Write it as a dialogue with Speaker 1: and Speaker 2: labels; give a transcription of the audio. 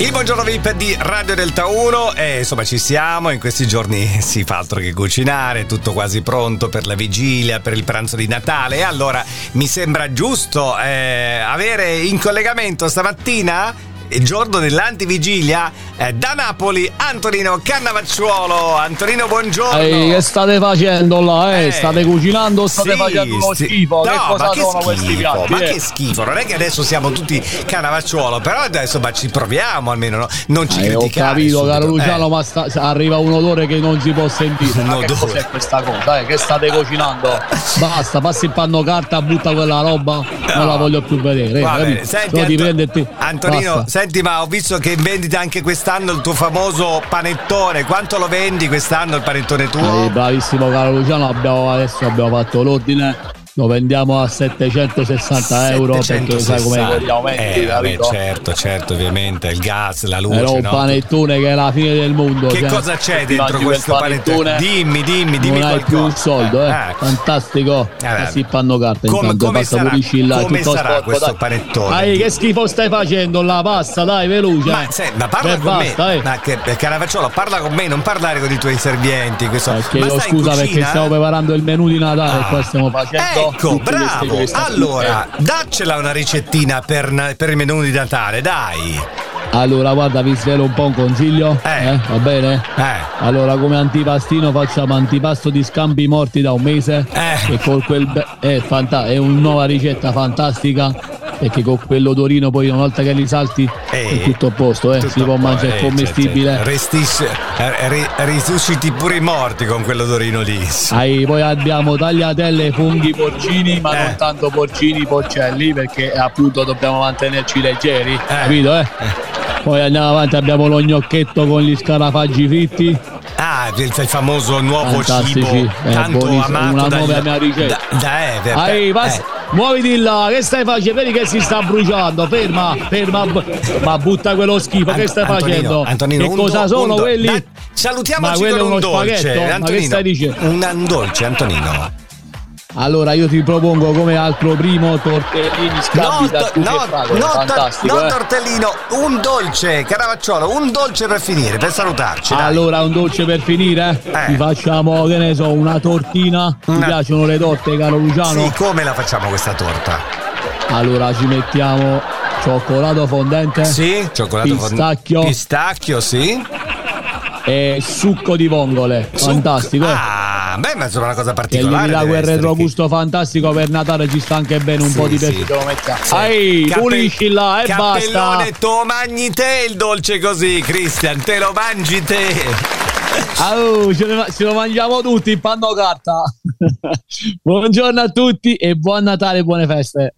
Speaker 1: Il buongiorno VIP di Radio Delta 1 e insomma ci siamo, in questi giorni si fa altro che cucinare, tutto quasi pronto per la vigilia, per il pranzo di Natale e allora mi sembra giusto eh, avere in collegamento stamattina il giorno dell'antivigilia eh, da Napoli Antonino Cannavacciuolo. Antonino buongiorno.
Speaker 2: Ehi, che state facendo là? Eh?
Speaker 1: Eh.
Speaker 2: State cucinando o state
Speaker 1: Sì,
Speaker 2: facendo uno
Speaker 1: sì.
Speaker 2: schifo? che
Speaker 1: No,
Speaker 2: cosa
Speaker 1: ma
Speaker 2: sono
Speaker 1: schifo,
Speaker 2: questi piatti?
Speaker 1: Ma
Speaker 2: eh?
Speaker 1: che schifo, non è che adesso siamo tutti canavacciuolo, però adesso ma ci proviamo almeno, no? non ci
Speaker 2: Eh, ho
Speaker 1: criticare
Speaker 2: capito,
Speaker 1: subito.
Speaker 2: caro Luciano,
Speaker 1: Eh.
Speaker 2: ma sta- arriva un odore che non si può sentire. Ma
Speaker 1: Un
Speaker 2: che
Speaker 1: odore.
Speaker 2: cos'è questa cosa? eh? Che state cucinando? Basta, passi il panno carta, butta quella roba, non la voglio più vedere. eh,
Speaker 1: Va bene,
Speaker 2: capito?
Speaker 1: senti,
Speaker 2: Devo
Speaker 1: Anto-
Speaker 2: di prenderti-
Speaker 1: Antonino,
Speaker 2: Basta.
Speaker 1: senti, ma ho visto che in vendita anche quest'anno il tuo famoso panettone. Quanto lo vendi quest'anno il panettone tuo?
Speaker 2: Eh, bravissimo caro Luciano, abbiamo- adesso abbiamo fatto l'ordine, lo vendiamo a 760 euro eh, perché sai come
Speaker 1: 760.
Speaker 2: gli aumenti,
Speaker 1: Eh, vabbè,
Speaker 2: capito?
Speaker 1: certo, certo, ovviamente il gas, la luce,
Speaker 2: Era un
Speaker 1: no?
Speaker 2: panettone che è la fine del mondo.
Speaker 1: Che
Speaker 2: cioè,
Speaker 1: cosa c'è
Speaker 2: ti
Speaker 1: dentro
Speaker 2: mangi
Speaker 1: questo
Speaker 2: quel
Speaker 1: panettone? Dimmi, dimmi, dimmi
Speaker 2: non hai
Speaker 1: qualcosa.
Speaker 2: più un soldo, eh.
Speaker 1: Ah,
Speaker 2: Fantastico.
Speaker 1: vabbè.
Speaker 2: si fanno carta
Speaker 1: Come-
Speaker 2: intanto
Speaker 1: come
Speaker 2: basta
Speaker 1: sarà-
Speaker 2: pulisci là,
Speaker 1: come
Speaker 2: tutto
Speaker 1: sarà
Speaker 2: sporco,
Speaker 1: questo
Speaker 2: dai.
Speaker 1: panettone?
Speaker 2: Dai, che schifo stai facendo la pasta, dai, veloce.
Speaker 1: Ma,
Speaker 2: eh.
Speaker 1: se- ma parla
Speaker 2: Beh,
Speaker 1: con
Speaker 2: basta,
Speaker 1: me,
Speaker 2: eh.
Speaker 1: ma che, Caravacciolo, parla con me, non parlare con i tuoi servienti. Questo.
Speaker 2: Eh,
Speaker 1: ma
Speaker 2: chiedo
Speaker 1: stai in
Speaker 2: scusa
Speaker 1: cucina?
Speaker 2: perché stiamo preparando il menù di Natale
Speaker 1: Ah.
Speaker 2: e qua stiamo facendo.
Speaker 1: Ecco,
Speaker 2: tutti questi Eh,
Speaker 1: bravo.
Speaker 2: gesti.
Speaker 1: Allora, daccela una ricettina per, na- per il menù di Natale, dai.
Speaker 2: Eh, Allora, guarda, vi svelo un po' un consiglio.
Speaker 1: Eh.
Speaker 2: va bene?
Speaker 1: Eh.
Speaker 2: Allora, come antipastino facciamo antipasto di scambi morti da un mese.
Speaker 1: Eh.
Speaker 2: E con quel be- è, fanta- è una nuova ricetta fantastica. Perché con quell'odorino poi una volta che li salti
Speaker 1: Eh,
Speaker 2: è tutto a posto, eh.
Speaker 1: tutto
Speaker 2: si può
Speaker 1: a po-
Speaker 2: mangiare
Speaker 1: eh,
Speaker 2: commestibile.
Speaker 1: certo, certo. Restisce- eh, ri- risusciti pure i morti con quell'odorino lì.
Speaker 2: Ai- poi abbiamo tagliatelle, funghi, porcini, ma
Speaker 1: Eh.
Speaker 2: non tanto porcini, porcelli, perché appunto dobbiamo mantenerci leggeri, capito? Eh? Poi andiamo avanti, abbiamo lo gnocchetto con gli scarafaggi fritti.
Speaker 1: Ah, il, il famoso nuovo
Speaker 2: Fantastici,
Speaker 1: cibo
Speaker 2: eh,
Speaker 1: tanto
Speaker 2: buonissimo,
Speaker 1: amato
Speaker 2: una
Speaker 1: dagli-
Speaker 2: nuova mia ricetta.
Speaker 1: Da, da Ever.
Speaker 2: Ai,
Speaker 1: eh.
Speaker 2: vas- Muoviti là, che stai facendo? Vedi che si sta bruciando, ferma, ferma, bu- ma butta quello schifo, che
Speaker 1: An-
Speaker 2: stai
Speaker 1: Antonino,
Speaker 2: facendo?
Speaker 1: Antonino,
Speaker 2: che
Speaker 1: un
Speaker 2: cosa
Speaker 1: do- un
Speaker 2: sono
Speaker 1: do-
Speaker 2: quelli?
Speaker 1: Dai, salutiamoci
Speaker 2: Ma quello
Speaker 1: con
Speaker 2: è
Speaker 1: un
Speaker 2: uno
Speaker 1: dolce.
Speaker 2: spaghetto? Ma che
Speaker 1: Antonino,
Speaker 2: stai dicendo?
Speaker 1: Un un dolce, Antonino.
Speaker 2: Allora io ti propongo come altro primo tortellini
Speaker 1: No,
Speaker 2: scambi da
Speaker 1: to-
Speaker 2: tutti
Speaker 1: no,
Speaker 2: e fragole,
Speaker 1: no, to-
Speaker 2: fantastico,
Speaker 1: no,
Speaker 2: eh.
Speaker 1: tortellino, un dolce, caravacciolo, un dolce per finire, per salutarci. dai.
Speaker 2: Allora, un dolce per finire?
Speaker 1: Eh.
Speaker 2: Ti facciamo, che ne so, una tortina.
Speaker 1: Una-
Speaker 2: Ti piacciono le torte, caro Luciano?
Speaker 1: Sì, come la facciamo questa torta?
Speaker 2: Allora, ci mettiamo cioccolato fondente
Speaker 1: Sì, cioccolato fond-
Speaker 2: Pistacchio.
Speaker 1: Pistacchio, sì.
Speaker 2: e succo di vongole. Fantastico, eh?
Speaker 1: Ah, beh, ma insomma, una cosa
Speaker 2: Che gli
Speaker 1: particolare.
Speaker 2: dà
Speaker 1: deve
Speaker 2: quel
Speaker 1: essere,
Speaker 2: retrogusto fantastico per Natale, ci sta anche bene un
Speaker 1: Sì,
Speaker 2: po' di
Speaker 1: sì.
Speaker 2: pepe.
Speaker 1: Sì.
Speaker 2: Ehi,
Speaker 1: Cappe-
Speaker 2: pulisci là e basta.
Speaker 1: Cappellone, tu mangi te il dolce così, Cristian, te lo mangi te.
Speaker 2: Au, ce, ne- ce lo mangiamo tutti in panno carta. Buongiorno a tutti e buon Natale e buone feste.